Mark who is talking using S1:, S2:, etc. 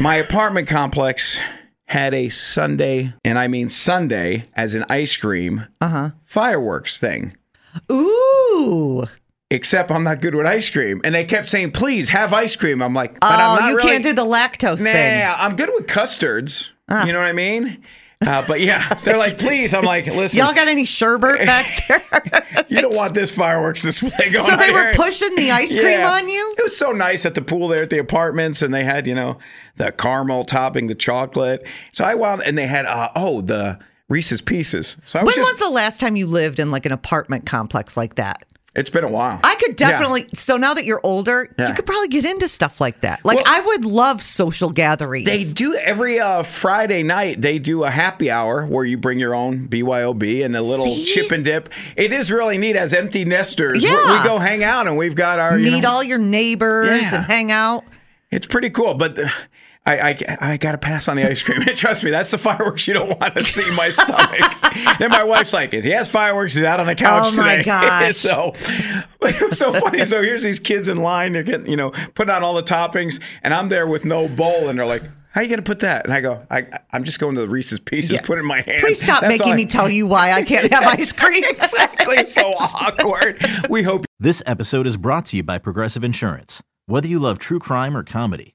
S1: My apartment complex had a Sunday, and I mean Sunday, as an ice cream
S2: Uh-huh.
S1: fireworks thing.
S2: Ooh.
S1: Except I'm not good with ice cream, and they kept saying, "Please have ice cream." I'm like, but
S2: Oh,
S1: I'm not
S2: you
S1: really-
S2: can't do Ah. the lactose
S1: Nah,
S2: thing.
S1: I'm good with custards. You know what I mean? Uh, but yeah, they're like, "Please." I'm like, "Listen,
S2: Y'all got any sherbet back there?
S1: you don't want this fireworks display going."
S2: so
S1: on
S2: they were
S1: here."
S2: pushing the ice cream
S1: Oh Yeah.
S2: on you?
S1: It was so nice at the pool there at the apartments, and they had you know the caramel topping, the chocolate. So I wound and they had uh, oh the Reese's Pieces. So I was
S2: When
S1: just
S2: was the last time you lived in like an apartment complex like that?
S1: it's been a while.
S2: I could definitely. So now that you're older,
S1: Yeah.
S2: you could probably get into stuff like that. Like
S1: Well-
S2: I would love social gatherings.
S1: They do every uh, Friday night. They do a happy hour where you bring your own BYOB and a little
S2: See?
S1: chip and dip. It is really neat as empty nesters. we-
S2: Yeah.
S1: we go hang out and we've got our you
S2: meet
S1: know,
S2: all your neighbors
S1: Yeah.
S2: and hang out.
S1: It's pretty cool, but uh, I I, I got to pass on the ice cream. Trust me, that's the fireworks you don't want to see in my stomach. then my wife's like, if he has fireworks, he's out on the couch
S2: Oh, my
S1: today.
S2: gosh.
S1: so but it was so funny. So here's these kids in line. They're getting you know putting on all the toppings, and I'm there with no bowl, and they're like. How you gonna put that? And I go, I, I'm just going to the Reese's Pieces, put it in my hand.
S2: Please stop
S1: That's all
S2: making
S1: I-
S2: me tell you why I can't have ice cream.
S1: exactly. It's so awkward. We hope
S3: This episode is brought to you by Progressive Insurance. Whether you love true crime or comedy,